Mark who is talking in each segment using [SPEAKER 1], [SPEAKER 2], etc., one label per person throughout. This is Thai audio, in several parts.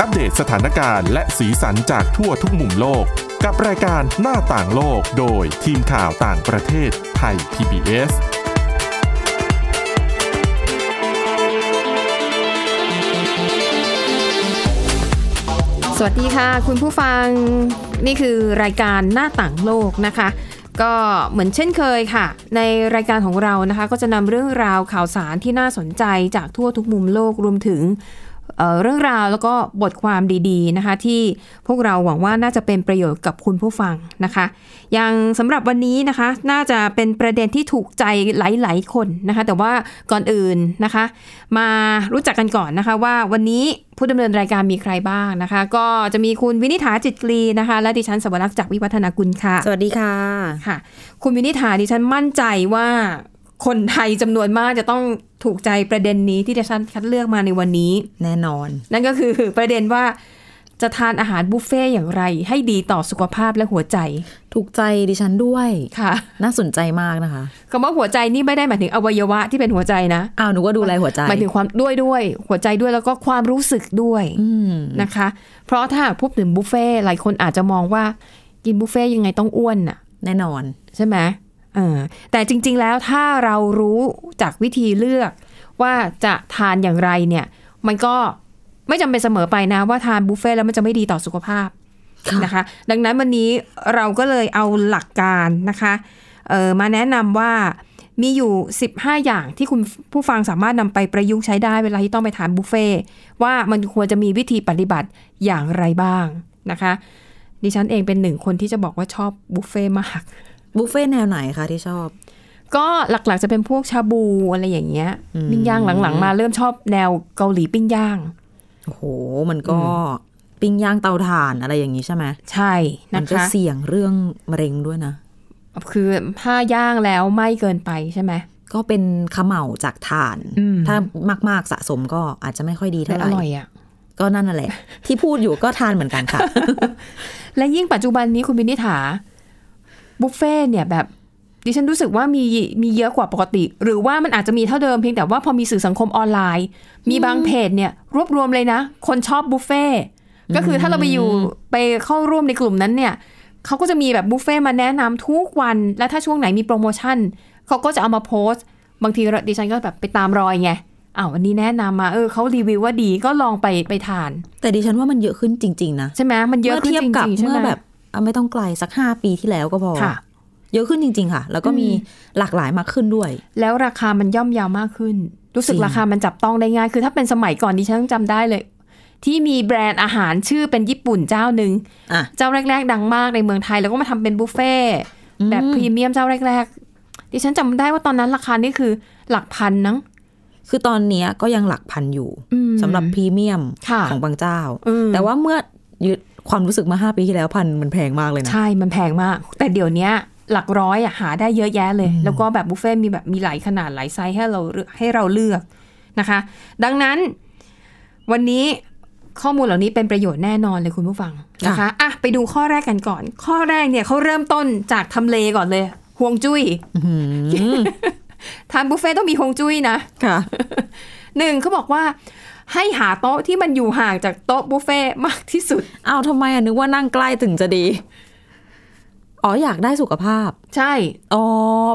[SPEAKER 1] อัปเดตสถานการณ์และสีสันจากทั่วทุกมุมโลก กับรายการหน้าต่างโลกโดยทีมข่าวต่างประเทศไทย PBS
[SPEAKER 2] สวัสดีค่ะ คุณผู้ฟังนี่คือรายการหน้าต่างโลกนะคะ ก็เหมือนเช่นเคยค่ะ ในรายการของเรานะคะ ก็จะนำเรื่องราวข่าวสารที่น่าสนใจจากทั่วทุกมุมโลกรวมถึงเอ่อเรื่องราวแล้วก็บทความดีๆนะคะ ที่พวกเราหวังว่าน่าจะเป็นประโยชน์กับคุณผู้ฟังนะคะ อย่างสำหรับวันนี้นะคะ น่าจะเป็นประเด็นที่ถูกใจหลายๆคนนะคะ แต่ว่าก่อนอื่นนะคะ มารู้จักกันก่อนนะคะว่าวันนี้ผู้ดำเนินรายการมีใครบ้างนะคะ ก็จะมีคุณวินิษฐาจิตกรีนะคะ และดิฉันสวรักษ์จากวิวัฒนากุลค่ะ
[SPEAKER 3] สวัสดีค่ะ
[SPEAKER 2] ค่ะคุณวินิษฐาดิฉันมั่นใจว่าคนไทยจำนวนมากจะต้องถูกใจประเด็นนี้ที่ดิฉันคัดเลือกมาในวันนี้
[SPEAKER 3] แน่นอน
[SPEAKER 2] นั่นก็คือ ประเด็นว่าจะทานอาหารบุฟเฟ่ต์อย่างไร ให้ดีต่อสุขภาพและหัวใจ
[SPEAKER 3] ถูกใจดิฉันด้วย
[SPEAKER 2] ค่ะ
[SPEAKER 3] น่าสนใจมากนะคะ
[SPEAKER 2] คำว่าหัวใจนี่ไม่ได้หมายถึงอวัยวะที่เป็นหัวใจนะ
[SPEAKER 3] อ้าวหนูก็ดูแลหัวใจ
[SPEAKER 2] หมายถึงความด้วยด้วย หัวใจด้วยแล้วก็ความรู้สึกด้วย
[SPEAKER 3] อืม
[SPEAKER 2] นะคะ เพราะถ้าหากพูดถึงบุฟเฟ่ต์หลายคนอาจจะมองว่ากินบุฟเฟ่ต์ยังไงต้องอ้วนน่ะ
[SPEAKER 3] แน่นอน
[SPEAKER 2] ใช่ไหมเออแต่จริง ๆ แล้วถ้าเรารู้จากวิธีเลือกว่าจะทานอย่างไรเนี่ย มันก็ไม่จำเป็นเสมอไปนะว่าทานบุฟเฟ่ต์แล้วมันจะไม่ดีต่อสุขภาพ
[SPEAKER 3] ค่ะ
[SPEAKER 2] นะคะ ดังนั้นวันนี้เราก็เลยเอาหลักการนะคะเออมาแนะนำว่ามีอยู่ 15 อย่างที่คุณผู้ฟังสามารถนำไปประยุกต์ใช้ได้เวลาที่ต้องไปทานบุฟเฟ่ต์ว่ามันควรจะมีวิธีปฏิบัติอย่างไรบ้างนะคะ ดิฉันเองเป็นหนึ่งคนที่จะบอกว่าชอบบุฟเฟ่ต์มาก
[SPEAKER 3] บุฟเฟ่ต์แนวไหนคะที่ชอบ
[SPEAKER 2] ก็หลักๆจะเป็นพวกชาบูอะไรอย่างเงี้ย
[SPEAKER 3] อืม
[SPEAKER 2] ปิ้งย่างหลังๆ มาเริ่มชอบแนวเกาหลีปิ้งย่าง
[SPEAKER 3] โอ้โห มันก็ปิ้งย่างเตาถ่านอะไรอย่างนี้ใช่ไหม
[SPEAKER 2] ใช่
[SPEAKER 3] มั
[SPEAKER 2] นะ
[SPEAKER 3] ก็
[SPEAKER 2] คะ
[SPEAKER 3] เสี่ยงเรื่องมะเร็งด้วยนะ
[SPEAKER 2] คือถ้าย่างแล้วไหม่เกินไปใช่ไหม
[SPEAKER 3] ก็เป็นเขมเหลาจากถ่าน
[SPEAKER 2] อืม
[SPEAKER 3] ถ้ามาก ๆ สะสมก็อาจจะไม่ค่อยดี
[SPEAKER 2] แต่
[SPEAKER 3] เท่าไห
[SPEAKER 2] อ
[SPEAKER 3] ร่
[SPEAKER 2] ร่อยอ่ะ
[SPEAKER 3] ก็นั่นน่ะแหละ ที่พูดอยู่ก็ทานเหมือน กันค่ะ
[SPEAKER 2] และยิ่งปัจจุบันนี้คุณวินิษฐาบุฟเฟ่ต์เนี่ยแบบ ดิฉันรู้สึกว่ามีมีเยอะกว่าปกติ หรือว่ามันอาจจะมีเท่าเดิมเพียงแต่ว่าพอมีสื่อสังคมออนไลน์ มีบางเพจเนี่ยรวบรวมเลยนะ คนชอบบุฟเฟ่ต์ก็คือถ้าเราไปอยู่ไปเข้าร่วมในกลุ่มนั้นเนี่ยเขาก็จะมีแบบบุฟเฟ่ต์มาแนะนำทุกวัน และถ้าช่วงไหนมีโปรโมชั่นเขาก็จะเอามาโพสต์ บางทีดิฉันก็แบบไปตามรอยไงอ้าวอันนี้แนะนำมาเออเขารีวิวว่าดีก็ลองไปไปทาน
[SPEAKER 3] แต่ดิฉันว่ามันเยอะขึ้นจริง ๆ นะ
[SPEAKER 2] ใช่ไหมมันเยอะขึ้น
[SPEAKER 3] เทียบ
[SPEAKER 2] จริ
[SPEAKER 3] กับ
[SPEAKER 2] งๆใช่
[SPEAKER 3] เมื่
[SPEAKER 2] ไห
[SPEAKER 3] อ
[SPEAKER 2] ม
[SPEAKER 3] แบบเอาไม่ต้องไกลสักห้าปีที่แล้วก็พอ
[SPEAKER 2] ค่ะ
[SPEAKER 3] เยอะขึ้นจริง ๆ ค่ะ แล้วก็มีหลากหลายมากขึ้นด้วย
[SPEAKER 2] แล้วราคามันย่อมเยาวมากขึ้น รู้สึก
[SPEAKER 3] จริง
[SPEAKER 2] ราคามันจับต้องได้ง่าย คือถ้าเป็นสมัยก่อนดิฉันจำได้เลย ที่มีแบรนด์อาหารชื่อเป็นญี่ปุ่นเจ้าหนึ่ง
[SPEAKER 3] อ่ะ
[SPEAKER 2] เจ้าแรก ๆ ดังมากในเมืองไทย แล้วก็มาทำเป็นบุฟเฟ่ต์แบบพรีเมียมเจ้าแรก ๆ ดิฉันจำได้ว่าตอนนั้นราคานี่คือหลักพันนัง
[SPEAKER 3] คือตอนเนี้ยก็ยังหลักพันอยู่
[SPEAKER 2] อืม
[SPEAKER 3] สำหรับพรีเมียม
[SPEAKER 2] ค่ะ
[SPEAKER 3] ของบางเจ้า
[SPEAKER 2] อืม
[SPEAKER 3] แต่ว่าเมื่อยึดความรู้สึกมาห้าปีที่แล้วพันมันแพงมากเลยนะ
[SPEAKER 2] ใช่มันแพงมาก แต่เดี๋ยวเนี้ยหลักร้อยอะหาได้เยอะแยะเลย แล้วก็แบบบุฟเฟ่ต์มีแบบมีหลายขนาดหลายไซส์ให้เราเลือกให้เราเลือกนะคะ ดังนั้นวันนี้ข้อมูลเหล่านี้เป็นประโยชน์แน่นอนเลยคุณผู้ฟังนะคะ
[SPEAKER 3] ค่ะ
[SPEAKER 2] อ่ะไปดูข้อแรกกันก่อน ข้อแรกเนี่ยเขาเริ่มต้นจากทำเลก่อนเลยห่วงจุ้ยทานบุฟเฟ่ต์ต้องมีห่วงจุ้ยนะ
[SPEAKER 3] ค่ะ
[SPEAKER 2] หนึ่งเขาบอกว่าให้หาโต๊ะที่มันอยู่ห่างจากโต๊ะบุฟเฟ่ต์มากที่สุด
[SPEAKER 3] เอาทำไมอ่ะนึกว่านั่งใกล้ถึงจะดี อ๋ออยากได้สุขภาพ
[SPEAKER 2] ใช่
[SPEAKER 3] อ๋อ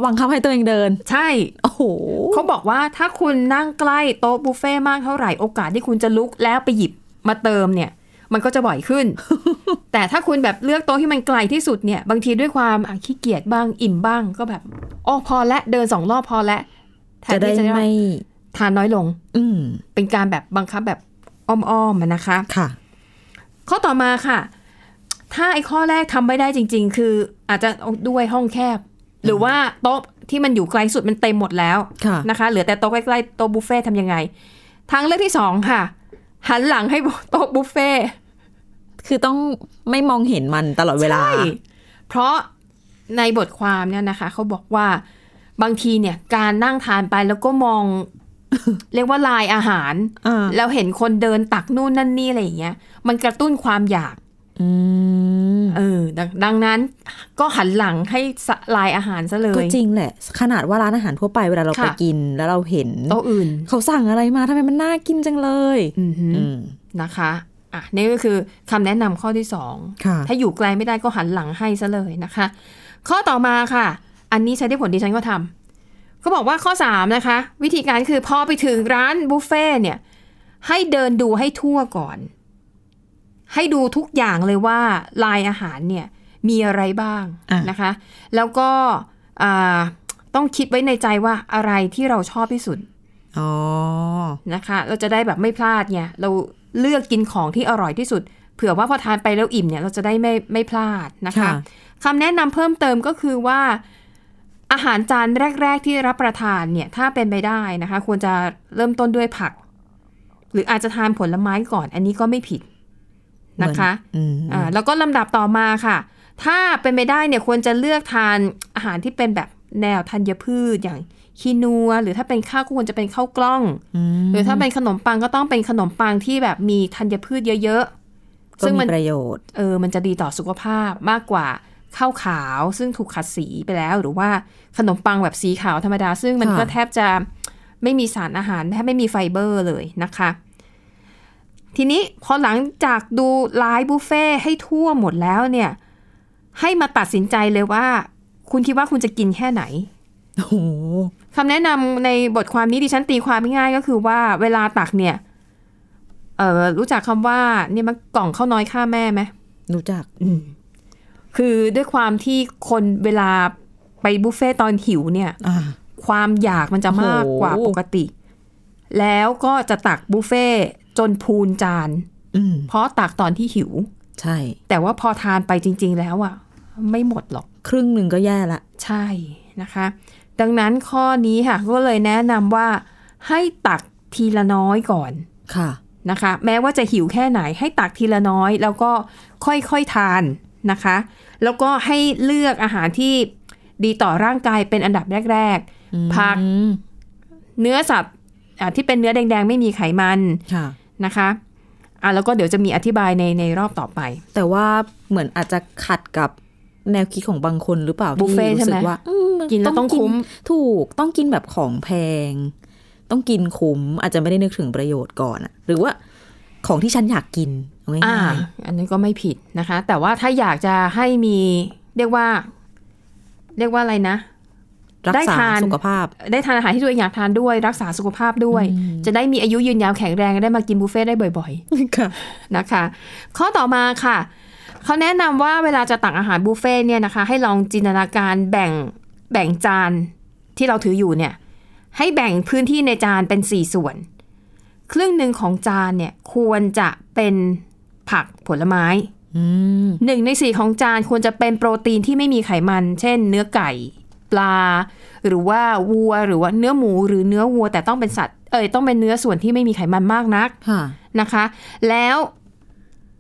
[SPEAKER 3] บังคับให้ตัวเองเดิน
[SPEAKER 2] ใช่
[SPEAKER 3] โอ้โห
[SPEAKER 2] เขาบอกว่าถ้าคุณนั่งใกล้โต๊ะบุฟเฟ่ต์มากเท่าไหร่โอกาสที่คุณจะลุกแล้วไปหยิบมาเติมเนี่ย มันก็จะบ่อย ขึ้น แต่ถ้าคุณแบบเลือกโต๊ะที่มันไกลที่สุดเนี่ย บางทีด้วยความอ่ะขี้เกียจบ้างอิ่มบ้างก็แบบโอ้พอละเดินสองรอบพอละแทน
[SPEAKER 3] จะได้
[SPEAKER 2] ที่
[SPEAKER 3] ไม่
[SPEAKER 2] ทานน้อยลง
[SPEAKER 3] อืม
[SPEAKER 2] เป็นการแบบบังคับแบบอ้อมๆอะนะคะ
[SPEAKER 3] ค่ะ
[SPEAKER 2] ข้อต่อมาค่ะ ถ้าไอ้ข้อแรกทำไม่ได้จริง ๆ คืออาจจะด้วยห้องแคบ หรือว่าโต๊ะที่มันอยู่ไกลสุดมันเต็มหมดแล้ว
[SPEAKER 3] ค่ะ
[SPEAKER 2] นะคะ เหลือแต่โต๊ะใกล้ๆโต๊ะบุฟเฟ่ต์ทำยังไง ทางเลือกที่สองค่ะ หันหลังให้โต๊ะบุฟเฟ่ต์
[SPEAKER 3] คือต้องไม่มองเห็นมันตลอดเวลา
[SPEAKER 2] ใช่เพราะในบทความเนี่ยนะคะ เขาบอกว่าบางทีเนี่ยการนั่งทานไปแล้วก็มอง เรียกว่าลายอาหาร
[SPEAKER 3] อ่า
[SPEAKER 2] แล้วเห็นคนเดินตักนู่นนั่นนี่อะไรอย่างเงี้ย มันกระตุ้นความอยาก
[SPEAKER 3] อืม
[SPEAKER 2] เออดงดังนั้นก็หันหลังให้สะลายอาหารซะเลย
[SPEAKER 3] ก็จริงแหละ ขนาดว่าร้านอาหารทั่วไปเวลาเรา
[SPEAKER 2] ค่ะ
[SPEAKER 3] ไปกินแล้วเราเห็น
[SPEAKER 2] โต๊ะอื่น
[SPEAKER 3] เขาสั่งอะไรมาทำไมมันน่ากินจังเลย
[SPEAKER 2] อือหือ
[SPEAKER 3] อืม
[SPEAKER 2] นะคะ อ่ะนี่ก็คือคำแนะนำข้อที่สอง
[SPEAKER 3] ค่ะ
[SPEAKER 2] ถ้าอยู่ไกลไม่ได้ก็หันหลังให้ซะเลยนะคะ ข้อต่อมาค่ะ อันนี้ใช้ได้ผลดิฉันก็ทำเขาบอกว่าข้อสามนะคะ วิธีการคือพอไปถึงร้านบุฟเฟ่ต์เนี่ย ให้เดินดูให้ทั่วก่อน ให้ดูทุกอย่างเลยว่าลายอาหารเนี่ยมีอะไรบ้าง
[SPEAKER 3] อ่ะ
[SPEAKER 2] นะคะ แล้วก็อ่าต้องคิดไว้ในใจว่าอะไรที่เราชอบที่สุด
[SPEAKER 3] อ๋อ
[SPEAKER 2] นะคะเราจะได้แบบไม่พลาดไงเราเลือกกินของที่อร่อยที่สุด เผื่อว่าพอทานไปแล้วอิ่มเนี่ยเราจะได้ไม่ไม่พลาดนะคะ
[SPEAKER 3] ค่ะ
[SPEAKER 2] คำแนะนำเพิ่มเติมก็คือว่า อาหารจานแรก ๆ ที่รับประทานเนี่ยถ้าเป็นไปได้นะคะ ควรจะเริ่มต้นด้วยผัก หรืออาจจะทานผลไม้ก่อน อันนี้ก็ไม่ผิดนะคะ
[SPEAKER 3] อืม
[SPEAKER 2] อ่าแล้วก็ลำดับต่อมาค่ะ ถ้าเป็นไปได้เนี่ยควรจะเลือกทานอาหารที่เป็นแบบแนวธัญพืชอย่างคีนัว หรือถ้าเป็นข้าวก็ควรจะเป็นข้าวกล้อง
[SPEAKER 3] อืม
[SPEAKER 2] หรือถ้าเป็นขนมปังก็ต้องเป็นขนมปังที่แบบมีธัญพืชเยอะๆ
[SPEAKER 3] ก็
[SPEAKER 2] ซึ่ง
[SPEAKER 3] มี
[SPEAKER 2] มัน
[SPEAKER 3] ประโยชน์
[SPEAKER 2] เออมันจะดีต่อสุขภาพมากกว่าข้าวขาวซึ่งถูกขัดสีไปแล้ว หรือว่าขนมปังแบบสีขาวธรรมดา ซึ่งมัน
[SPEAKER 3] ค่ะ
[SPEAKER 2] ก็แทบจะไม่มีสารอาหารแทบไม่มีไฟเบอร์เลยนะคะ ทีนี้พอหลังจากดูไลฟ์บุฟเฟ่ต์ให้ทั่วหมดแล้วเนี่ย ให้มาตัดสินใจเลยว่า คุณคิดว่าคุณจะกินแค่ไหน
[SPEAKER 3] โอ้โห
[SPEAKER 2] คำแนะนำในบทความนี้ดิฉันตีความง่ายๆก็คือว่าเวลาตักเนี่ย เออรู้จักคำว่าเนี่ยมันกล่องข้าวน้อยค่าแม่ไหม
[SPEAKER 3] รู้จัก
[SPEAKER 2] คือด้วยความที่คนเวลาไปบุฟเฟ่ต์ตอนหิวเนี่ย
[SPEAKER 3] อ่า
[SPEAKER 2] ความอยากมันจะมากกว่า
[SPEAKER 3] โอ้โห
[SPEAKER 2] ปกติ แล้วก็จะตักบุฟเฟ่ต์จนพูนจาน
[SPEAKER 3] อืม
[SPEAKER 2] เพราะตักตอนที่หิว
[SPEAKER 3] ใช่
[SPEAKER 2] แต่ว่าพอทานไปจริง ๆ แล้วอ่ะ ไม่หมดหรอก
[SPEAKER 3] ครึ่งหนึ่งก็แย่ละ
[SPEAKER 2] ใช่นะคะ ดังนั้นข้อนี้ค่ะก็เลยแนะนำว่าให้ตักทีละน้อยก่อน
[SPEAKER 3] ค่ะ
[SPEAKER 2] นะคะ แม้ว่าจะหิวแค่ไหนให้ตักทีละน้อย แล้วก็ค่อยๆทานนะคะ แล้วก็ให้เลือกอาหารที่ดีต่อร่างกายเป็นอันดับแรก ๆ ผัก
[SPEAKER 3] อืม
[SPEAKER 2] เนื้อสัตว์อ่ะที่เป็นเนื้อแดง ๆ ไม่มีไขมัน
[SPEAKER 3] ค่ะ
[SPEAKER 2] นะคะอ่ะแล้วก็เดี๋ยวจะมีอธิบายในในรอบต่อไป
[SPEAKER 3] แต่ว่าเหมือนอาจจะขัดกับแนวคิดของบางคนหรือเปล่า
[SPEAKER 2] บุฟเฟ่ต์
[SPEAKER 3] ที่รู้สึ
[SPEAKER 2] ใช่ไหม
[SPEAKER 3] ว่าอืม
[SPEAKER 2] กินแล้วต้องคุ้ม
[SPEAKER 3] ถูกต้องกินแบบของแพง ต้องกินคุ้ม อาจจะไม่ได้นึกถึงประโยชน์ก่อนอะหรือว่าของที่ฉันอยากกินเอา
[SPEAKER 2] อ่า
[SPEAKER 3] ง่าย
[SPEAKER 2] อันนี้นก็ไม่ผิดนะคะ แต่ว่าถ้าอยากจะให้มีเรียกว่า เรียกว่าอะไรนะ
[SPEAKER 3] ๆรัก
[SPEAKER 2] ได้
[SPEAKER 3] ษา
[SPEAKER 2] ทาน
[SPEAKER 3] สุขภาพ
[SPEAKER 2] ได้ทานอาหารที่ตัวเองอยากทานด้วยรักษาสุขภาพด้วย จะได้มีอายุยืนยาวแข็งแรงได้มากินบุฟเฟ่ต์ได้บ่อย
[SPEAKER 3] ค่ะ
[SPEAKER 2] ๆนะคะ ข้อต่อมาค่ะเขาแนะนำว่าเวลาจะตักอาหารบุฟเฟ่ต์เนี่ยนะคะ ให้ลองจินตนาการแบ่งแบ่งจานที่เราถืออยู่เนี่ย ให้แบ่งพื้นที่ในจานเป็น 4 ส่วน ครึ่งหนึ่งของจานเนี่ยควรจะเป็นผักผลไม้
[SPEAKER 3] อืม
[SPEAKER 2] หนึ่งในสี่ของจานควรจะเป็นโปรตีนที่ไม่มีไขมัน เช่น เนื้อไก่ ปลา หรือว่าวัว หรือว่าเนื้อหมูหรือเนื้อวัว แต่ต้องเป็นสัตว์ เอ่ยต้องเป็นเนื้อส่วนที่ไม่มีไขมันมากนัก
[SPEAKER 3] ค่ะ
[SPEAKER 2] นะคะ แล้ว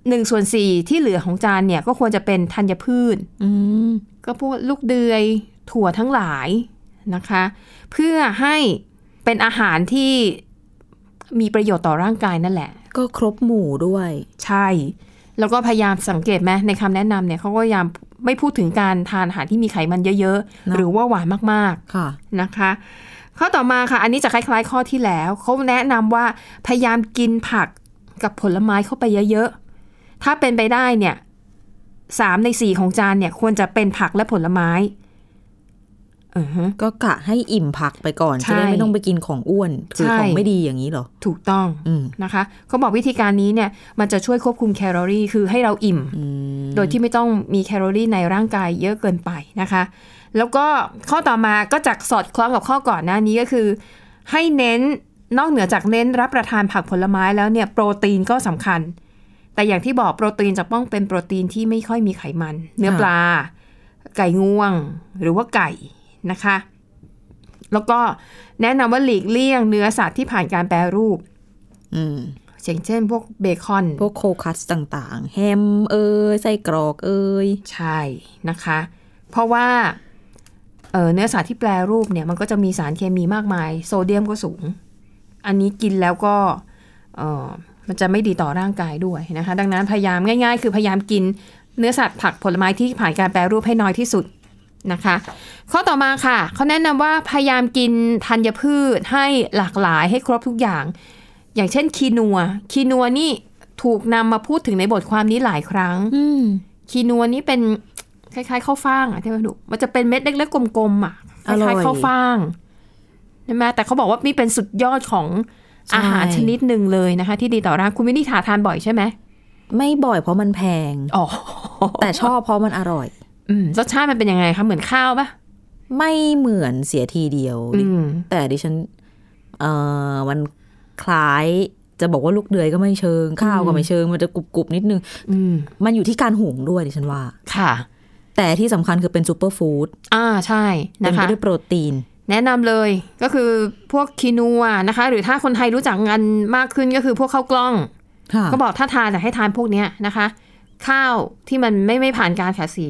[SPEAKER 2] หนึ่งส่วนสี่ที่เหลือของจานเนี่ยก็ควรจะเป็นธัญพืช
[SPEAKER 3] อืม
[SPEAKER 2] ก็พวกลูกเดือยถั่วทั้งหลายนะคะ เพื่อให้เป็นอาหารที่มีประโยชน์ต่อร่างกายนั่นแหละ
[SPEAKER 3] ก็ครบหมู่ด้วย
[SPEAKER 2] ใช่ แล้วก็พยายามสังเกตไหมในคำแนะนำเนี่ยเขาก็พยายามไม่พูดถึงการทานอาหารที่มีไขมันเยอะๆ
[SPEAKER 3] นะ
[SPEAKER 2] หรือว่าหวานมาก
[SPEAKER 3] ค่ะ
[SPEAKER 2] ๆนะคะ ข้อต่อมาค่ะ อันนี้จะคล้ายๆข้อที่แล้วเขาแนะนำว่าพยายามกินผักกับผลไม้เข้าไปเยอะๆ ถ้าเป็นไปได้เนี่ยสามในสี่ของจานเนี่ยควรจะเป็นผักและผลไม้อือฮึ
[SPEAKER 3] ก็กะให้อิ่มผักไปก่อน
[SPEAKER 2] ใช่
[SPEAKER 3] จะได้ไม่ต้องไปกินของอ้วนหรือ
[SPEAKER 2] ใช่
[SPEAKER 3] ของไม่ดีอย่างนี้เหรอ
[SPEAKER 2] ถูกต้อง
[SPEAKER 3] อืม
[SPEAKER 2] นะคะเขาบอกวิธีการนี้เนี่ยมันจะช่วยควบคุมแคลอรี่คือให้เราอิ่ม
[SPEAKER 3] อืม
[SPEAKER 2] โดยที่ไม่ต้องมีแคลอรี่ในร่างกายเยอะเกินไปนะคะ แล้วก็ข้อต่อมาก็จะสอดคล้องกับข้อก่อนหน้านี้ก็คือ ให้เน้นนอกเหนือจากเน้นรับประทานผักผลไม้แล้วเนี่ยโปรตีนก็สำคัญ แต่อย่างที่บอกโปรตีนจะต้องเป็นโปรตีนที่ไม่ค่อยมีไขมัน เนื้อ
[SPEAKER 3] ค่ะ
[SPEAKER 2] ปลา ไก่งวง หรือว่าไก่นะคะ แล้วก็แนะนำว่าหลีกเลี่ยงเนื้อสัตว์ที่ผ่านการแปรรูป
[SPEAKER 3] อืม
[SPEAKER 2] อย่างเช่น พวกเบคอน
[SPEAKER 3] พวกโคคัสต่างๆ แฮมเอ้ยไส้กรอกเอ้ย
[SPEAKER 2] ใช่นะคะ เพราะว่าเอ่อเนื้อสัตว์ที่แปรรูปเนี่ยมันก็จะมีสารเคมีมากมาย โซเดียมก็สูง อันนี้กินแล้วก็เอ่อมันจะไม่ดีต่อร่างกายด้วยนะคะ ดังนั้นพยายามง่าย ๆ คือพยายามกินเนื้อสัตว์ผักผลไม้ที่ผ่านการแปรรูปให้น้อยที่สุดนะคะ ข้อต่อมาค่ะเขาแนะนำว่าพยายามกินธัญพืชให้หลากหลายให้ครบทุกอย่าง อย่างเช่น คีนัว คีนัวนี่ ถูกนำมาพูดถึงในบทความนี้หลายครั้ง
[SPEAKER 3] อืม
[SPEAKER 2] คีนัวนี่เป็นคล้ายๆข้าวฟ่างอะที่มันดูมันจะเป็นเม็ดเล็กๆกลมๆอ่ะค
[SPEAKER 3] อร่อย
[SPEAKER 2] ล้ายๆข้าวฟ่างใช่ไหมแต่เขาบอกว่านี่เป็นสุดยอดของ
[SPEAKER 3] ใช่
[SPEAKER 2] อาหารชนิดหนึ่งเลยนะคะ ที่ดีต่อร่างคุณวินิถาทานบ่อยใช่ไหม
[SPEAKER 3] ไม่บ่อยเพราะมันแพง
[SPEAKER 2] อ๋อ
[SPEAKER 3] แต่ชอบเพราะมันอร่อย
[SPEAKER 2] อืมรสชาติมันเป็นยังไงคะเหมือนข้าวปะ
[SPEAKER 3] ไม่เหมือนเสียทีเดียว
[SPEAKER 2] อืม
[SPEAKER 3] แต่ดิฉันเอ่อมันคล้ายจะบอกว่าลูกเดือยก็ไม่เชิง ข้าวก็ไม่เชิง มันจะกรุบกรุบๆนิดนึง
[SPEAKER 2] อืม
[SPEAKER 3] มันอยู่ที่การหุงด้วยดิฉันว่า
[SPEAKER 2] ค่ะ
[SPEAKER 3] แต่ที่สำคัญคือเป็นซูเปอร์ฟู้ด
[SPEAKER 2] อ่าใช่
[SPEAKER 3] เต็
[SPEAKER 2] นะ
[SPEAKER 3] มไป
[SPEAKER 2] คะ
[SPEAKER 3] ด้วยโปรตีน
[SPEAKER 2] แนะนำเลยก็คือพวกคีนัวนะคะ หรือถ้าคนไทยรู้จักงานมากขึ้นก็คือพวกข้าวกล้อง
[SPEAKER 3] ค่ะ
[SPEAKER 2] ก็บอกถ้าทานแต่ให้ทานพวกเนี้ยนะคะ ข้าวที่มันไม่ไม่ผ่านการขัดสี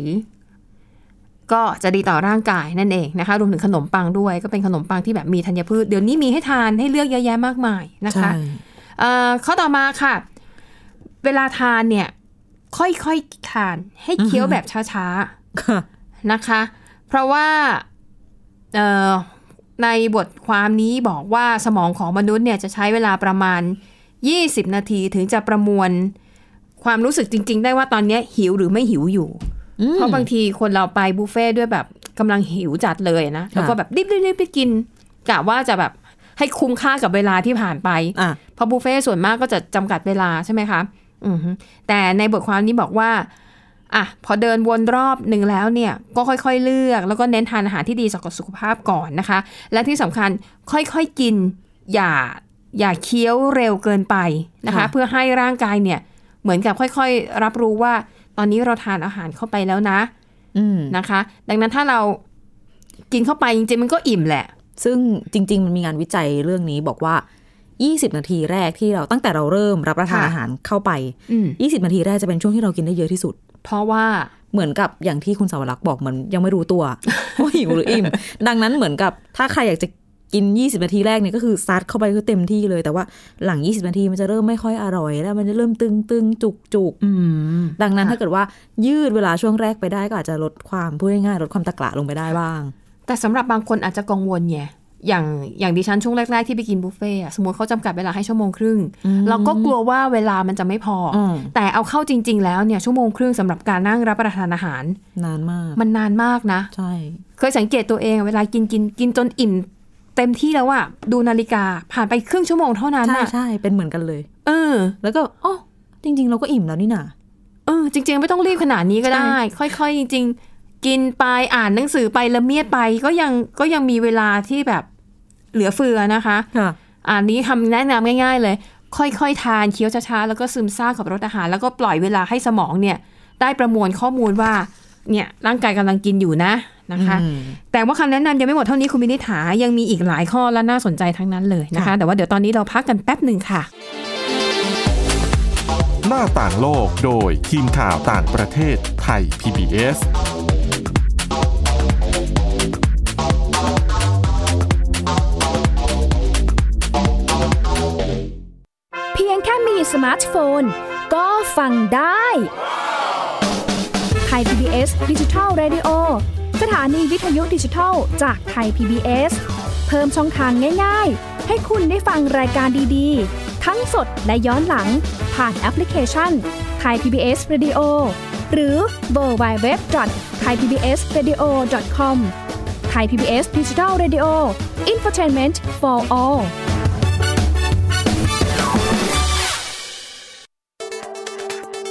[SPEAKER 2] ก็จะดีต่อร่างกายนั่นเองนะคะ รวมถึงขนมปังด้วย ก็เป็นขนมปังที่แบบมีธัญพืช เดี๋ยวนี้มีให้ทานให้เลือกเยอะแยะมากมายนะคะ
[SPEAKER 3] ใช่
[SPEAKER 2] เอ่อข้อต่อมาค่ะ เวลาทานเนี่ย ค่อยๆทานให้เคี้ยวแบบช้าๆ
[SPEAKER 3] ค่ะ
[SPEAKER 2] นะคะ เพราะว่าเอ่อในบทความนี้บอกว่าสมองของมนุษย์เนี่ยจะใช้เวลาประมาณ 20 นาทีถึงจะประมวลความรู้สึกจริง ๆ ได้ว่าตอนเนี้ยหิวหรือไม่หิวอยู่
[SPEAKER 3] อืม
[SPEAKER 2] เพราะบางทีคนเราไปบุฟเฟ่ต์ด้วยแบบกำลังหิวจัดเลยนะ แล้วก็แบบรีบๆๆไปกินกะว่าจะแบบให้คุ้มค่ากับเวลาที่ผ่านไป
[SPEAKER 3] อ่ะ
[SPEAKER 2] เพราะบุฟเฟ่ต์ส่วนมากก็จะจำกัดเวลาใช่ไหมคะอือฮึแต่ในบทความนี้บอกว่าอ่ะพอเดินวนรอบหนึ่งแล้วเนี่ยก็ค่อยๆเลือก แล้วก็เน้นทานอาหารที่ดีต่อสุขภาพก่อนนะคะ และที่สำคัญค่อยๆกินอย่าอย่าเคี้ยวเร็วเกินไปนะคะ
[SPEAKER 3] ค่ะ
[SPEAKER 2] เพื่อให้ร่างกายเนี่ยเหมือนกับค่อยๆ รับรู้ว่า ตอนนี้เราทานอาหารเข้าไปแล้วนะ
[SPEAKER 3] อืม
[SPEAKER 2] นะคะ ดังนั้นถ้าเรากินเข้าไปจริงๆมันก็อิ่มแหละ
[SPEAKER 3] ซึ่งจริง ๆ มันมีงานวิจัยเรื่องนี้บอกว่า 20 นาทีแรกที่เราตั้งแต่เราเริ่มรับประทาน
[SPEAKER 2] ค่ะ
[SPEAKER 3] อาหารเข้าไป
[SPEAKER 2] อืม
[SPEAKER 3] 20 นาทีแรกจะเป็นช่วงที่เรากินได้เยอะที่สุด
[SPEAKER 2] เพราะว่า
[SPEAKER 3] เหมือนกับอย่างที่คุณสาวรักษ์บอกเหมือนยังไม่รู้ ตัว ว่าหิวหรืออิ่ม ดังนั้นเหมือนกับถ้าใครอยากจะกิน 20 นาทีแรกเนี่ยก็คือซัดเข้าไปคือเต็มที่เลย แต่ว่าหลัง 20 นาทีมันจะเริ่มไม่ค่อยอร่อย แล้วมันจะเริ่มตึงตึงจุกจุก
[SPEAKER 2] อืม
[SPEAKER 3] ดังนั้น
[SPEAKER 2] ค่ะ
[SPEAKER 3] ถ้าเกิดว่ายืดเวลาช่วงแรกไปได้ก็อาจจะลดความพูดง่ายๆลดความตะกละลงไปได้บ้าง
[SPEAKER 2] แต่สำหรับบางคนอาจจะกังวลไงอย่างอย่างดิฉันช่วงแรก ๆ ที่ไปกินบุฟเฟ่ต์อะสมมติเขาจำกัดเวลาให้ชั่วโมงครึ่ง เราก็กลัวว่าเวลามันจะไม่พออ
[SPEAKER 3] ม
[SPEAKER 2] แต่เอาเข้าจริง ๆ แล้วเนี่ยชั่วโมงครึ่งสำหรับการนั่งรับประทานอาหาร
[SPEAKER 3] นานมาก
[SPEAKER 2] มันนานมากนะ
[SPEAKER 3] ใช่
[SPEAKER 2] เคยสังเกตตัวเองเวลากินกินกินจนอิ่ม เต็มที่แล้วอะดูนาฬิกาผ่านไปครึ่งชั่วโมงเท่านั้น
[SPEAKER 3] ใช่
[SPEAKER 2] อะ
[SPEAKER 3] ใช่เป็นเหมือนกันเลย
[SPEAKER 2] เออ
[SPEAKER 3] แล้วก็อ๋อจริง ๆ เราก็อิ่มแล้วนี่นา
[SPEAKER 2] เออจริง ๆ ไม่ต้องรีบขนาดนี้ก็ได้ ค่อย ๆ จริง ๆ กินไปอ่านหนังสือไปละเมียดไปก็ยังก็ยังมีเวลาที่แบบเหลือเฟือนะคะ
[SPEAKER 3] ค่ะ
[SPEAKER 2] อันนี้คำแนะนำง่าย ๆ เลย ค่อยๆ ทานเคี้ยวช้าๆ แล้วก็ซึมซาบกับรสอาหาร แล้วก็ปล่อยเวลาให้สมองเนี่ย ได้ประมวลข้อมูลว่า เนี่ยร่างกายกำลังกินอยู่นะนะคะ แต่ว่าคำแนะนำยังไม่หมดเท่านี้คุณมินิถายังมีอีกหลายข้อและน่าสนใจทั้งนั้นเลยนะคะ แต่ว่าเดี๋ยวตอนนี้เราพักกันแป๊บหนึ่งค่ะ
[SPEAKER 1] หน้าต่างโลกโดยทีมข่าวต่างประเทศไทย PBS
[SPEAKER 4] เพียงแค่มีสมาร์ทโฟน ก็ฟังได้ไทย PBS ดิจิทัล Radio สถานีวิทยุดิจิทัลจากไทย PBS เพิ่มช่องทางง่าย ๆ ให้คุณได้ฟังรายการดีๆ ทั้งสดและย้อนหลัง ผ่านแอปพลิเคชันไทย PBS Radio หรือเวอร์บายเว็บไทยพีบีเอสเรดิโอคอมไทยพีบีเอสดิจิทัลเรดิโออินฟอร์ทนเมนต์ for all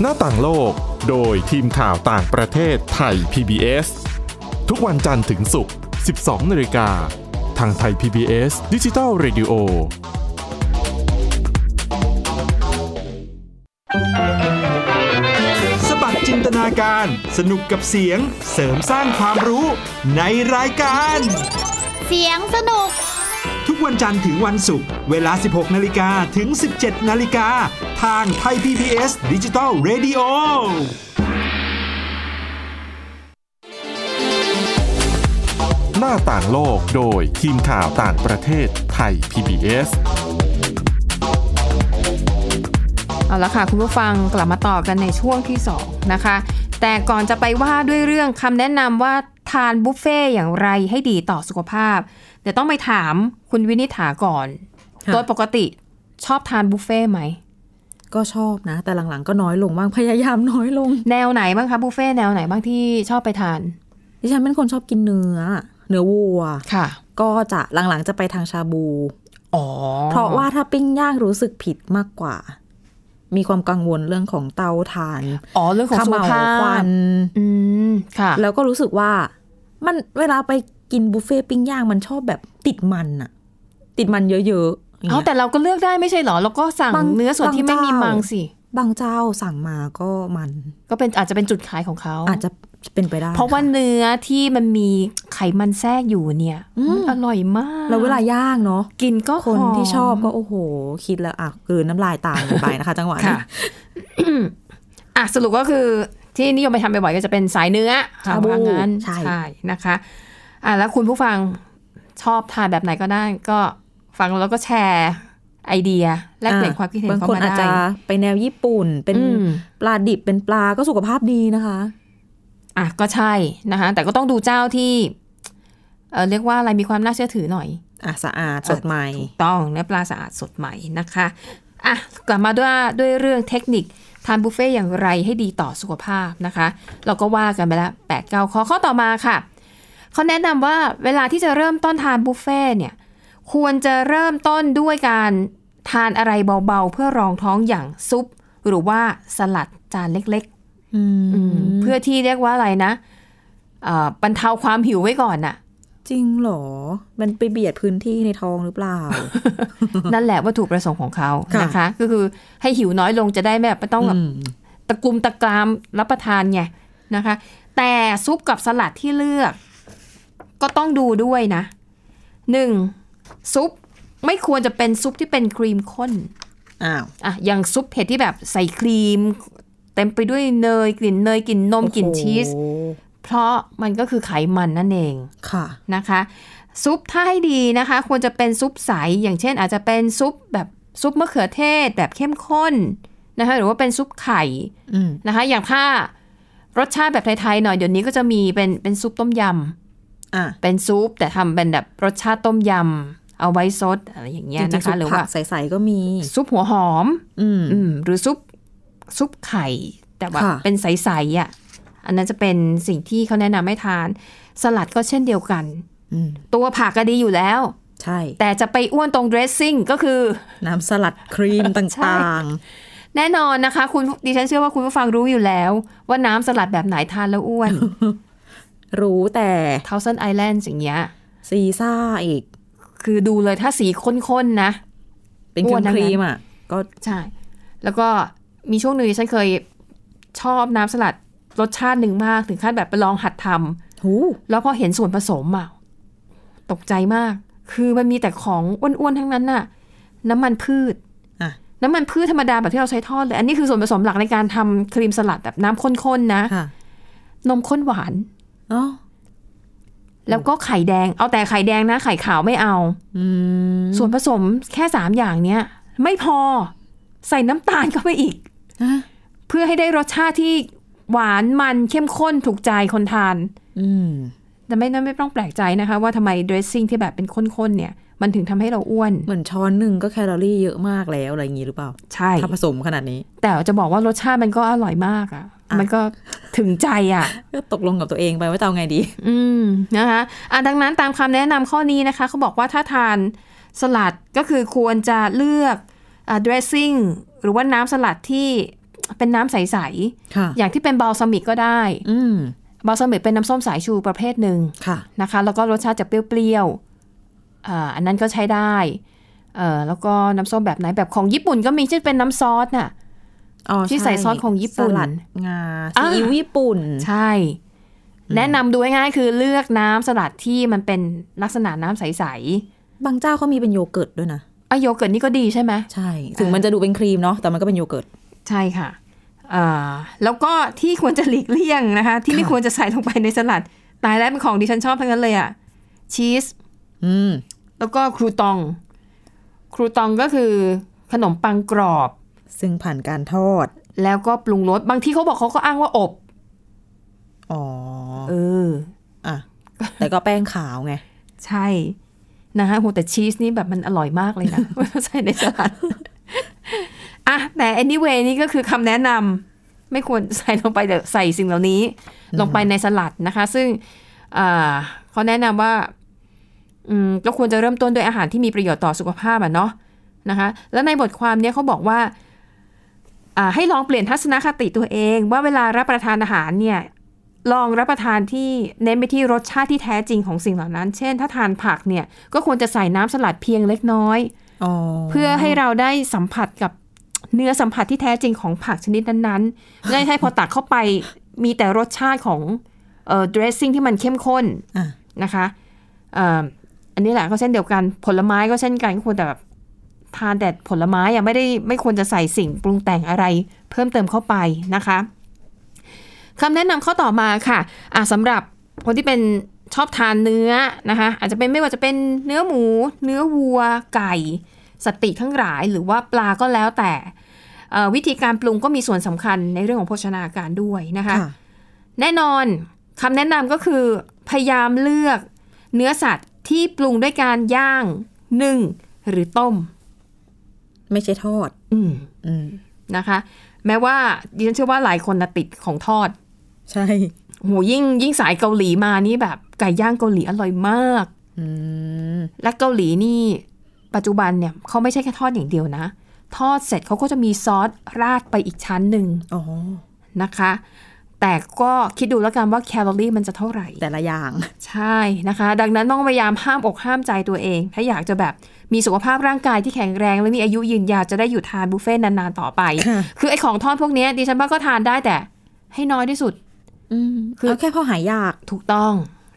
[SPEAKER 1] หน้าต่างโลกโดยทีมข่าวต่างประเทศไทย PBS ทุกวันจันทร์ถึงศุกร์ 12 นาฬิกา ทางไทย PBS ดิจิทัล Radio
[SPEAKER 5] สบัดจินตนาการ สนุกกับเสียง เสริมสร้างความรู้ในรายการ
[SPEAKER 6] เสียงสนุก
[SPEAKER 5] ทุกวันจันทร์ถึงวันศุกร์เวลา 16นาฬิกาถึง 17นาฬิกาทางไทย PPS ดิจิตอล Radio
[SPEAKER 1] หน้าต่างโลกโดยทีมข่าวต่างประเทศไทย PBS
[SPEAKER 2] เอาละค่ะ คุณผู้ฟังกลับมาต่อกันในช่วงที่สองนะคะ แต่ก่อนจะไปว่าด้วยเรื่องคำแนะนำว่าทานบุฟเฟ่ต์อย่างไรให้ดีต่อสุขภาพเดี๋ยวต้องไปถามคุณวินิษฐาก่อน
[SPEAKER 3] ค่ะ
[SPEAKER 2] โดยปกติชอบทานบุฟเฟ่ต์ไหม
[SPEAKER 3] ก็ชอบนะ แต่หลังๆก็น้อยลงบ้างพยายามน้อยลง
[SPEAKER 2] แนวไหนบ้างคะบุฟเฟ่ต์แนวไหนบ้างที่ชอบไปทาน
[SPEAKER 3] ดิฉันเป็นคนชอบกินเนื้อ เนื้อวัว
[SPEAKER 2] ค่ะ
[SPEAKER 3] ก็จะหลังๆจะไปทางชาบู
[SPEAKER 2] อ๋อ
[SPEAKER 3] เพราะว่าถ้าปิ้งย่างรู้สึกผิดมากกว่า มีความกังวลเรื่องของเตาถ่าน
[SPEAKER 2] อ๋อเรื่องของสุข
[SPEAKER 3] เมา
[SPEAKER 2] ภา
[SPEAKER 3] ควั
[SPEAKER 2] พ
[SPEAKER 3] น
[SPEAKER 2] อืมค่ะ
[SPEAKER 3] แล้วก็รู้สึกว่ามันเวลาไปกินบุฟเฟ่ต์ปิ้งย่างมันชอบแบบติดมันอะติดมันเยอะๆอย่าง
[SPEAKER 2] เอา
[SPEAKER 3] เงี้ย
[SPEAKER 2] แต่เราก็เลือกได้ไม่ใช่เหรอ เราก็สั่ง
[SPEAKER 3] บาง
[SPEAKER 2] เนื้อส่วนที่ไม่
[SPEAKER 3] บาง
[SPEAKER 2] มี
[SPEAKER 3] เจ้ามั
[SPEAKER 2] มังสิ
[SPEAKER 3] บางเจ้าสั่งมาก็มัน
[SPEAKER 2] ก็เป็นอาจจะเป็นจุดขายของเขา
[SPEAKER 3] อาจจะเป็นไปได้
[SPEAKER 2] เพราะว่า
[SPEAKER 3] ค่
[SPEAKER 2] เนื้อที่มันมีไขมันแทรกอยู่เนี่ยมันอร่อยมาก
[SPEAKER 3] แล้วเวลาย่างเนาะ
[SPEAKER 2] กินก็ห
[SPEAKER 3] ค
[SPEAKER 2] อม
[SPEAKER 3] นที่ชอบก็โอ้โห คิดแล้วอ่ะกลืนน้ำลายตามกันไปนะคะ จังหวะนี้
[SPEAKER 2] ค่ะ อ่ะสรุปก็คือที่นิยมไปทำบ่อยๆก็จะเป็นสายเนื้อ
[SPEAKER 3] ชาบู
[SPEAKER 2] ว่งั้น
[SPEAKER 3] ใช่
[SPEAKER 2] นะคะอ่ะแล้วคุณผู้ฟังชอบทานแบบไหนก็ได้ ก็ฟังแล้วก็แชร์ไอเดียแลกเปลี่ยนความคิดเห็น
[SPEAKER 3] บาง
[SPEAKER 2] เข้า
[SPEAKER 3] คน
[SPEAKER 2] มา
[SPEAKER 3] อาจจะ
[SPEAKER 2] ได้
[SPEAKER 3] ไปแนวญี่ปุ่น เป็น
[SPEAKER 2] อืม
[SPEAKER 3] ปลาดิบเป็นปลาก็สุขภาพดีนะคะ
[SPEAKER 2] อ่ะก็ใช่นะคะแต่ก็ต้องดูเจ้าที่เอ่อเรียกว่าอะไรมีความน่าเชื่อถือหน่อย
[SPEAKER 3] อ่ะสะอาดสดใหม่
[SPEAKER 2] ถูกต้องและปลาสะอาดสดใหม่นะคะอ่ะกลับมาด้วยด้วยเรื่องเทคนิคทานบุฟเฟ่ต์อย่างไรให้ดีต่อสุขภาพนะคะ เราก็ว่ากันไปแล้ว8ปดเก้าข้อข้อต่อมาค่ะเขาแนะนำว่าเวลาที่จะเริ่มต้นทานบุฟเฟ่ต์เนี่ยควรจะเริ่มต้นด้วยการทานอะไรเบาๆ เพื่อรองท้องอย่างซุป หรือว่าสลัดจานเล็ก
[SPEAKER 3] อืม
[SPEAKER 2] ๆอืมเพื่อที่เรียกว่าอะไรนะเอ่อบรรเทาความหิวไว้ก่อนน่ะ
[SPEAKER 3] จริงเหรอ มันไปเบียดพื้นที่ในท้องหรือเปล่า
[SPEAKER 2] นั่นแหละวัตถุประสงค์ของเขา
[SPEAKER 3] ค่ะ
[SPEAKER 2] นะคะ ก็คือให้หิวน้อยลงจะได้แบบไม่ต้องแบบ
[SPEAKER 3] ม
[SPEAKER 2] ตะกุมตะกรามรับประทานไงนะคะ แต่ซุปกับสลัดที่เลือก ก็ต้องดูด้วยนะหนึ่งซุปไม่ควรจะเป็นซุปที่เป็นครีมข้น
[SPEAKER 3] อ้าว
[SPEAKER 2] อ่ะอย่างซุปเผ็ดที่แบบใส่ครีม เต็มไปด้วยเนยกลิ่นเนยกลิ่นนมกลิ่นชีส
[SPEAKER 3] โอ้โห
[SPEAKER 2] เพราะมันก็คือไขมันนั่นเอง
[SPEAKER 3] ค่ะ
[SPEAKER 2] นะคะซุปถ้าให้ดีนะคะ ควรจะเป็นซุปใส อย่างเช่น อาจจะเป็นซุปแบบซุปมะเขือเทศ แบบเข้มข้นนะคะหรือว่าเป็นซุปไข่
[SPEAKER 3] อืม
[SPEAKER 2] นะคะ อย่างถ้ารสชาติแบบไทยๆหน่อยเดี๋ยวนี้ก็จะมีเป็นเป็นซุปต้มย
[SPEAKER 3] อ่ะ
[SPEAKER 2] ำเป็นซุปแต่ทำเป็นแบบรสชาติต้มยำเอาไว้ซดอะไรอย่างเงี้ย
[SPEAKER 3] จริ
[SPEAKER 2] นะ
[SPEAKER 3] งๆซุ
[SPEAKER 2] คะ
[SPEAKER 3] ป
[SPEAKER 2] หรือ
[SPEAKER 3] ผั
[SPEAKER 2] ว่าก
[SPEAKER 3] ใสๆก็มี
[SPEAKER 2] ซุปหัวหอม
[SPEAKER 3] อืม
[SPEAKER 2] อืมหรือซุปซุปไข่แต่ว่า
[SPEAKER 3] ค่ะ
[SPEAKER 2] เป็นใสๆอ่ะอันนั้นจะเป็นสิ่งที่เขาแนะนำให้ทาน สลัดก็เช่นเดียวกัน
[SPEAKER 3] อืม
[SPEAKER 2] ตัวผักก็ดีอยู่แล้ว
[SPEAKER 3] ใช่
[SPEAKER 2] แต่จะไปอ้วนตรง dressing ก็คือ
[SPEAKER 3] น้ำสลัดครีมต่าง
[SPEAKER 2] แน่นอนนะคะ คุณดิฉันเชื่อว่าคุณผู้ฟังรู้อยู่แล้ว ว่าน้ำสลัดแบบไหนทานแล้วอ้วน
[SPEAKER 3] ๆ รู้แต่
[SPEAKER 2] Thousand Island อย่างเงี้ย
[SPEAKER 3] ซีซ่าอีก
[SPEAKER 2] คือดูเลยถ้าสีข้นๆนะ
[SPEAKER 3] เป็น
[SPEAKER 2] อ้วนทั้
[SPEAKER 3] ค
[SPEAKER 2] งนั้น
[SPEAKER 3] รีมๆอ่ะ ก็
[SPEAKER 2] ใช่ แล้วก็มีช่วงหนึ่งดิฉันเคยชอบน้ำสลัดรสชาติหนึ่งมาก ถึงขั้นแบบไปลองหัดท
[SPEAKER 3] หู
[SPEAKER 2] ำแล้วพอเห็นส่วนผสมอ่ะตกใจมาก คือมันมีแต่ของอ้วนๆทั้งนั้นน่ะ น้ำมันพืช
[SPEAKER 3] อ่ะ
[SPEAKER 2] น้ำมันพืชธรรมดาแบบที่เราใช้ทอดเลย อันนี้คือส่วนผสมหลักในการทำครีมสลัดแบบน้ำข้นๆนะ
[SPEAKER 3] ค่ะ
[SPEAKER 2] นมข้นหวาน
[SPEAKER 3] เอ๋อ
[SPEAKER 2] แล้วก็ไข่แดง เอาแต่ไข่แดงนะ ไข่ขาวไม่เอา
[SPEAKER 3] อืม
[SPEAKER 2] ส่วนผสมแค่สามอย่างเนี้ย ไม่พอใส่น้ำตาลเข้าไปอีก
[SPEAKER 3] อ่ะ
[SPEAKER 2] เพื่อให้ได้รสชาติที่หวานมันเข้มข้นถูกใจคนทาน
[SPEAKER 3] อืม
[SPEAKER 2] แต่ไม่น่าไม่ต้องแปลกใจนะคะ ว่าทำไม dressing ที่แบบเป็นข้นๆเนี่ย มันถึงทำให้เราอ้วน
[SPEAKER 3] เหมือนช้อนหนึ่งก็แคลอรี่เยอะมากแล้ว อะไรอย่างงี้หรือเปล่า
[SPEAKER 2] ใช่
[SPEAKER 3] ถ้าผสมขนาดนี้
[SPEAKER 2] แต่จะบอกว่ารสชาติมันก็อร่อยมากอะ
[SPEAKER 3] อ่ะ
[SPEAKER 2] มันก็ถึงใจอ่ะ
[SPEAKER 3] ก็ตกลงกับตัวเองไปว่าจะเอาไงดี
[SPEAKER 2] อืมนะคะอ่ะดังนั้นตามคำแนะนำข้อนี้นะคะเขาบอกว่าถ้าทานสลัดก็คือควรจะเลือกอ่า dressing หรือว่าน้ำสลัดที่เป็นน้ำใส
[SPEAKER 3] ค่ะ
[SPEAKER 2] ๆ อย่างที่เป็นบ a ลซามิกก็ได้
[SPEAKER 3] อืม
[SPEAKER 2] บ a ลซามิกเป็นน้ำส้มสายชูประเภทหนึ่ง
[SPEAKER 3] ค่ะ
[SPEAKER 2] นะคะ แล้วก็รสชาติจะเปรี้ยวๆอ่าอันนั้นก็ใช้ได้เอ่อแล้วก็น้ำส้มแบบไหนแบบของญี่ปุ่นก็มีที่เป็นน้ำซอสน่ะ
[SPEAKER 3] อ๋อ
[SPEAKER 2] ที่ใส่ซอสของญี่ปุ่น
[SPEAKER 3] สลัดงา
[SPEAKER 2] อ่ะ
[SPEAKER 3] ซีอิ๊วญี่ปุ่น
[SPEAKER 2] ใช่ แนะนำดูง่ายๆคือเลือกน้ำสลัดที่มันเป็นลักษณะน้ำใส ๆ
[SPEAKER 3] บางเจ้าเขามีเป็นโยเกิร์ตด้วยนะ
[SPEAKER 2] อ่ะโยเกิร์ตนี่ก็ดีใช่ไหม
[SPEAKER 3] ใช่ ถึงมันจะดูเป็นครีมเนาะแต่มันก็เป็นโยเกิร์ต
[SPEAKER 2] ใช่ค่ะอ่าแล้วก็ที่ควรจะหลีกเลี่ยงนะคะ ที่ไม่
[SPEAKER 3] ค่ะ
[SPEAKER 2] ควรจะใส่ลงไปในสลัด ตายแล้วเป็นของดิฉันชอบทั้งนั้นเลยอะชีส
[SPEAKER 3] อืม
[SPEAKER 2] แล้วก็ครูตอง ครูตองก็คือขนมปังกรอบ
[SPEAKER 3] ซึ่งผ่านการทอด
[SPEAKER 2] แล้วก็ปรุงรส บางที่เขาบอกเขาก็อ้างว่าอบ
[SPEAKER 3] อ๋อ
[SPEAKER 2] เออ
[SPEAKER 3] อ่ะ แต่ก็แป้งขาวไง
[SPEAKER 2] ใช่นะคะโหแต่ชีสนี่แบบมันอร่อยมากเลยนะ ใส่ในส ลัดอ่ะแต่ anyway นี่ก็คือคำแนะนำไม่ควรใส่ลงไปเดี๋ยวใส่สิ่งเหล่านี้ ลงไปในสลัดนะคะ ซึ่งอ่าเขาแนะนำว่าอืมก็ควรจะเริ่มต้นด้วยอาหารที่มีประโยชน์ต่อสุขภาพอ่ะเนาะนะคะ แล้วในบทความเนี้ยเขาบอกว่าอ่า ให้ลองเปลี่ยนทัศนคติตัวเอง ว่าเวลารับประทานอาหารเนี่ย ลองรับประทานที่เน้นไปที่รสชาติที่แท้จริงของสิ่งเหล่านั้น เช่น ถ้าทานผักเนี่ย ก็ควรจะใส่น้ำสลัดเพียงเล็กน้อย
[SPEAKER 3] อ๋อ
[SPEAKER 2] เพื่อให้เราได้สัมผัสกับเนื้อสัมผัสที่แท้จริงของผักชนิดนั้นๆไม่ให้พอตักเข้าไปมีแต่รสชาติของเอ่อ dressing ที่มันเข้มข้น
[SPEAKER 3] อ่ะ
[SPEAKER 2] นะคะเอ่ออันนี้แหละก็เช่นเดียวกันผลไม้ก็เช่นกันก็ควรแต่แบบทานแต่ผลไม้อะไม่ได้ไม่ควรจะใส่สิ่งปรุงแต่งอะไร เพิ่มเติมเข้าไปนะคะคำแนะนำข้อต่อมาค่ะอ่ะสำหรับคนที่เป็นชอบทานเนื้อนะคะอาจจะเป็นไม่ว่าจะเป็นเนื้อหมู เนื้อวัวไก่ สติทั้งหลายหรือว่าปลาก็แล้วแต่เอ่อวิธีการปรุงก็มีส่วนสำคัญในเรื่องของโภชนาการด้วยนะคะ
[SPEAKER 3] ค่ะ
[SPEAKER 2] แน่นอนคำแนะนำก็คือ พยายามเลือกเนื้อสัตว์ที่ปรุงด้วยการย่างนึ่งหรือต้ม
[SPEAKER 3] ไม่ใช่ทอด
[SPEAKER 2] อืม
[SPEAKER 3] อืม
[SPEAKER 2] นะคะ แม้ว่าดิฉันเชื่อว่าหลายคนนะติดของทอด
[SPEAKER 3] ใช่
[SPEAKER 2] โหยิ่งยิ่งสายเกาหลีมานี่แบบไก่ย่างเกาหลีอร่อยมาก
[SPEAKER 3] อืม
[SPEAKER 2] และเกาหลีนี่ปัจจุบันเนี่ยเขาไม่ใช่แค่ทอดอย่างเดียวนะ ทอดเสร็จเขาก็จะมีซอสราดไปอีกชั้นหนึ่ง
[SPEAKER 3] อ๋อ
[SPEAKER 2] นะคะ แต่ก็คิดดูแล้วกันว่าแคลอรี่มันจะเท่าไหร่
[SPEAKER 3] แต่ละอย่าง
[SPEAKER 2] ใช่นะคะ ดังนั้นต้องพยายามห้ามอกห้ามใจตัวเอง ถ้าอยากจะแบบมีสุขภาพร่างกายที่แข็งแรง และมีอายุยืนยาวจะได้อยู่ทานบุฟเฟ่ต์นานๆต่อไป
[SPEAKER 3] ค่ะ
[SPEAKER 2] คือไอ้ของทอดพวกเนี้ยดิฉันว่าก็ทานได้แต่ให้น้อยที่สุด
[SPEAKER 3] อืม
[SPEAKER 2] คือ
[SPEAKER 3] เอาแค่พอหายอยาก
[SPEAKER 2] ถูกต้อง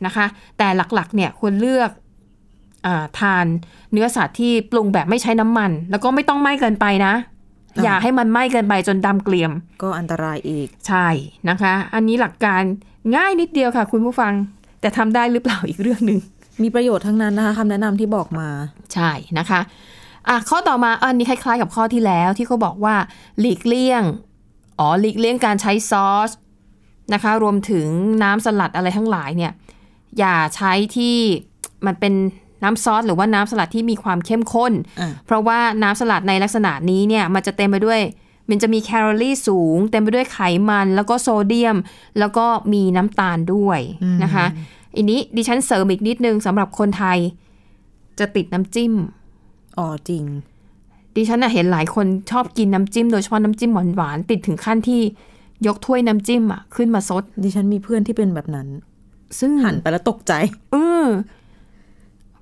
[SPEAKER 2] นะคะ แต่หลักๆเนี่ยควรเลือกอาทานเนื้อสัตว์ที่ปรุงแบบไม่ใช้น้ำมัน แล้วก็ไม่ต้องไหม้เกินไปนะ
[SPEAKER 3] อ่า
[SPEAKER 2] อย่าให้มันไหม้เกินไปจนดำเกลี่ยม
[SPEAKER 3] ก็อันตรายอีก
[SPEAKER 2] ใช่นะคะ อันนี้หลักการง่ายนิดเดียวค่ะ คุณผู้ฟัง แต่ทำได้หรือเปล่าอีกเรื่องหนึ่ง
[SPEAKER 3] มีประโยชน์ทั้งนั้นนะคะคำแนะนำที่บอกมา
[SPEAKER 2] ใช่นะคะอ่ะข้อต่อมาอันนี้คล้ายๆ กับข้อที่แล้วที่เขาบอกว่าหลีกเลี่ยง อ๋อหลีกเลี่ยงการใช้ซอสนะคะ รวมถึงน้ำสลัดอะไรทั้งหลายเนี่ย อย่าใช้ที่มันเป็นน้ำซอสหรือว่าน้ำสลัดที่มีความเข้มข้น
[SPEAKER 3] อ่ะ
[SPEAKER 2] เพราะว่าน้ำสลัดในลักษณะนี้เนี่ยมันจะเต็มไปด้วย มันจะมีแคลอรี่สูง เต็มไปด้วยไขมัน แล้วก็โซเดียม แล้วก็มีน้ำตาลด้วยนะคะอันนี้ดิฉันเสริมอีกนิดนึงสำหรับคนไทยจะติดน้ำจิ้ม
[SPEAKER 3] อ๋อจริง
[SPEAKER 2] ดิฉันน่ะเห็นหลายคนชอบกินน้ำจิ้ม โดยเฉพาะน้ำจิ้มหวานๆติดถึงขั้นที่ยกถ้วยน้ำจิ้มอ่ะขึ้นมาซด
[SPEAKER 3] ดิฉันมีเพื่อนที่เป็นแบบนั้น
[SPEAKER 2] ซึ่ง
[SPEAKER 3] หันไปแล้วตกใจ
[SPEAKER 2] เออ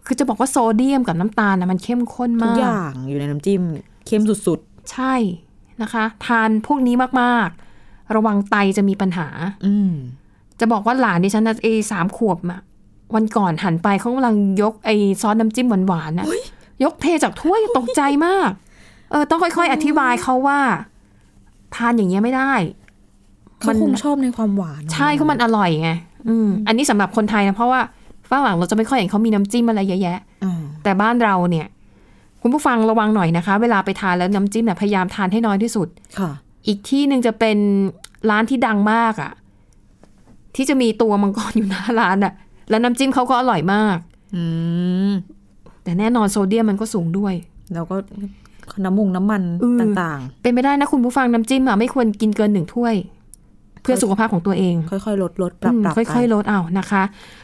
[SPEAKER 2] คือจะบอกว่าโซเดียมกับน้ำตาลนะมันเข้มข้น
[SPEAKER 3] ทุ
[SPEAKER 2] มาก ก
[SPEAKER 3] อย่างอยู่ในน้ำจิ้ม เข้มสุด
[SPEAKER 2] ใช่นะคะ ทานพวกนี้มากๆ ระวังไตจะมีปัญหา
[SPEAKER 3] ๆ อืม
[SPEAKER 2] จะบอกว่าหลานดิฉันนะเอสามขวบอะวันก่อนหันไปเขากำลังยกไอซอสน้ำจิ้มหวานๆน่ะยกเทจากถ้วยตกใจมาก เออ ต้องค่อยๆ อธิบายเขาว่า ทานอย่างเงี้ยไม่ได้ มั
[SPEAKER 3] เขา
[SPEAKER 2] น
[SPEAKER 3] คงชอบในความหวาน
[SPEAKER 2] ใช่
[SPEAKER 3] ของ
[SPEAKER 2] เขาะมันอร่อยไงอืมอันนี้สำหรับคนไทยนะเพราะว่าฝรั่งเราจะไม่ค่อยเห็นเขามีน้ำจิ้มอะไรเยอะแยะ
[SPEAKER 3] อ่า
[SPEAKER 2] แต่บ้านเราเนี่ย คุณผู้ฟังระวังหน่อยนะคะ เวลาไปทานแล้วน้ำจิ้มเนี่ยพยายามทานให้น้อยที่สุด
[SPEAKER 3] ค่ะ
[SPEAKER 2] อีกที่หนึ่งจะเป็นร้านที่ดังมากอะที่จะมีตัวมังกรอยู่หน้าร้านอะแล้วน้ำจิ้มเขาก็อร่อยมาก
[SPEAKER 3] อืม
[SPEAKER 2] แต่แน่นอนโซเดียมมันก็สูงด้วย
[SPEAKER 3] แล้วก็น้ำมุงน้ำมัน
[SPEAKER 2] อืม
[SPEAKER 3] ต่าง
[SPEAKER 2] เป็นไม่ได้นะคุณผู้ฟังน้ำจิ้มอะไม่ควรกินเกินหนึ่งถ้วย เพื่อสุขภาพของตัวเอง
[SPEAKER 3] ๆ ค่อยๆ ลดลดปรับ
[SPEAKER 2] อืม
[SPEAKER 3] ปรับ
[SPEAKER 2] ค่อยๆลดเอานะคะ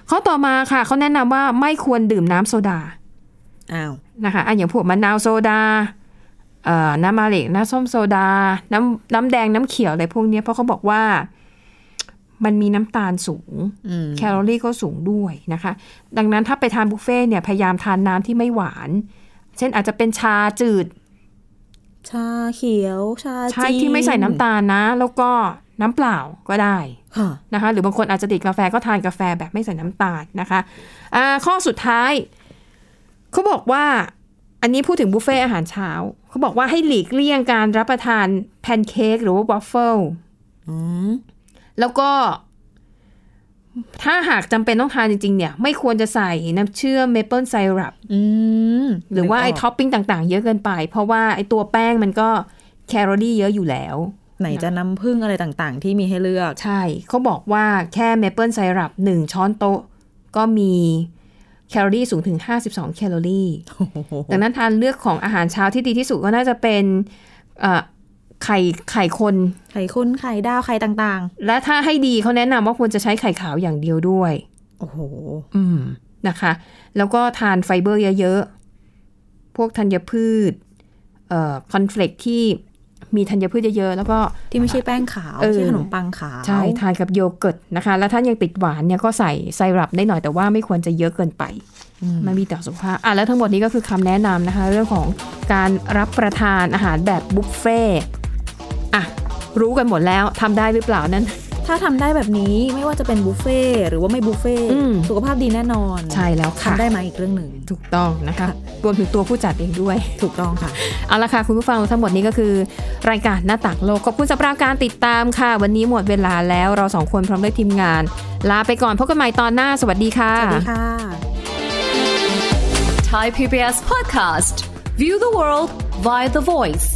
[SPEAKER 2] ข้อต่อมาค่ะเขาแนะนำว่าไม่ควรดื่มน้ำโซดา
[SPEAKER 3] ๆอ้าว
[SPEAKER 2] นะคะอ่ะอย่างพวกมะนาวโซดาเอ่อน้ำมะเหลกน้ำส้มโซดา น้ำน้ำแดงน้ำเขียวอะไรพวกเนี้ยเพราะเขาบอกว่ามันมีน้ำตาลสูง
[SPEAKER 3] อืม
[SPEAKER 2] แคลอรี่ก็สูงด้วยนะคะ ดังนั้นถ้าไปทานบุฟเฟ่ต์เนี่ยพยายามทานน้ำที่ไม่หวาน เช่นอาจจะเป็นชาจืด
[SPEAKER 3] ชาเขียว ชา
[SPEAKER 2] ชา
[SPEAKER 3] จีน
[SPEAKER 2] ที่ไม่ใส่น้ำตาลนะ แล้วก็น้ำเปล่าก็ได้
[SPEAKER 3] ค่ะ
[SPEAKER 2] นะคะ หรือบางคนอาจจะติดกาแฟก็ทานกาแฟแบบไม่ใส่น้ำตาลนะคะอ่าข้อสุดท้าย เขาบอกว่าอันนี้พูดถึงบุฟเฟ่อาหารเช้าเขาบอกว่าให้หลีกเลี่ยงการรับประทานแพนเค้กหรือว่าวัฟเฟิล
[SPEAKER 3] อืม
[SPEAKER 2] แล้วก็ ถ้าหากจำเป็นต้องทานจริงๆ เนี่ย ไม่ควรจะใส่น้ำเชื่อมเมเปิลไซรัป
[SPEAKER 3] อืม
[SPEAKER 2] หรือว่าไอ้
[SPEAKER 3] นึกก
[SPEAKER 2] ท็อปปิ้งต่างๆ เยอะเกินไป เพราะว่าไอ้ตัวแป้งมันก็แคลอรี่เยอะอยู่แล้ว
[SPEAKER 3] ไหนจะน้ำผึ้งอะไรต่างๆ ที่มีให้เลือก
[SPEAKER 2] ใช่เขาบอกว่าแค่เมเปิลไซรัปหนึ่งช้อนโต๊ะ ก็มีแคลอรี่สูงถึง 52 แคลอรี่ ดังนั้นทานเลือกของอาหารเช้าที่ดีที่สุดก็น่าจะเป็นเอ่อไข่ไข่คน
[SPEAKER 3] ไข่ข้นไข่ดาวไข่ต่าง
[SPEAKER 2] และถ้าให้ดีเขาแนะนำว่าควรจะใช้ไข่ขาวอย่างเดียวด้วย
[SPEAKER 3] ๆ โอ้โห
[SPEAKER 2] อืมนะคะ แล้วก็ทานไฟเบอร์เยอะๆ พวกธัญพืชเอ่อคอนเฟลกที่มีธัญพืชเยอะๆ แล้วก็
[SPEAKER 3] ที่ไม่ใช่แป้งขาว
[SPEAKER 2] เออ
[SPEAKER 3] ไม่ใช่ขนมปังขาว
[SPEAKER 2] ใช่ทานกับโยเกิร์ตนะคะ แล้วถ้ายังติดหวานเนี่ยก็ใส่ไซรัปได้หน่อยแต่ว่าไม่ควรจะเยอะเกินไป มันมีต่อสุขภาพอ่ะแล้วทั้งหมดนี้ก็คือคำแนะนำนะคะ เรื่องของการรับประทานอาหารแบบบุฟเฟ่ต์อ่ะรู้กันหมดแล้วทำได้หรือเปล่านั้น
[SPEAKER 3] ถ้าทำได้แบบนี้ไม่ว่าจะเป็นบุฟเฟ่ต์หรือว่าไม่บุฟเฟ่ต์
[SPEAKER 2] อืม
[SPEAKER 3] สุขภาพดีแน่นอน
[SPEAKER 2] ใช่แล้วค่ะ
[SPEAKER 3] ทำได้ไหมอีกเรื่องหนึ่ง
[SPEAKER 2] ถูกต้องนะคะรวมถึงตัวผู้จัดเองด้วย
[SPEAKER 3] ถูกต้องค่ะ
[SPEAKER 2] เอาละค่ะ คุณผู้ฟังทั้งหมดนี้ก็คือ รายการหน้าต่างโลก ขอบคุณสำหรับการติดตามค่ะ วันนี้หมดเวลาแล้วเราสองคนพร้อมด้วยทีมงาน ลาไปก่อนพบกันใหม่ตอนหน้า สวัสดีค่ะ
[SPEAKER 3] สวัสดีค่ะ
[SPEAKER 6] Thai PBS podcast. View the world via the voice.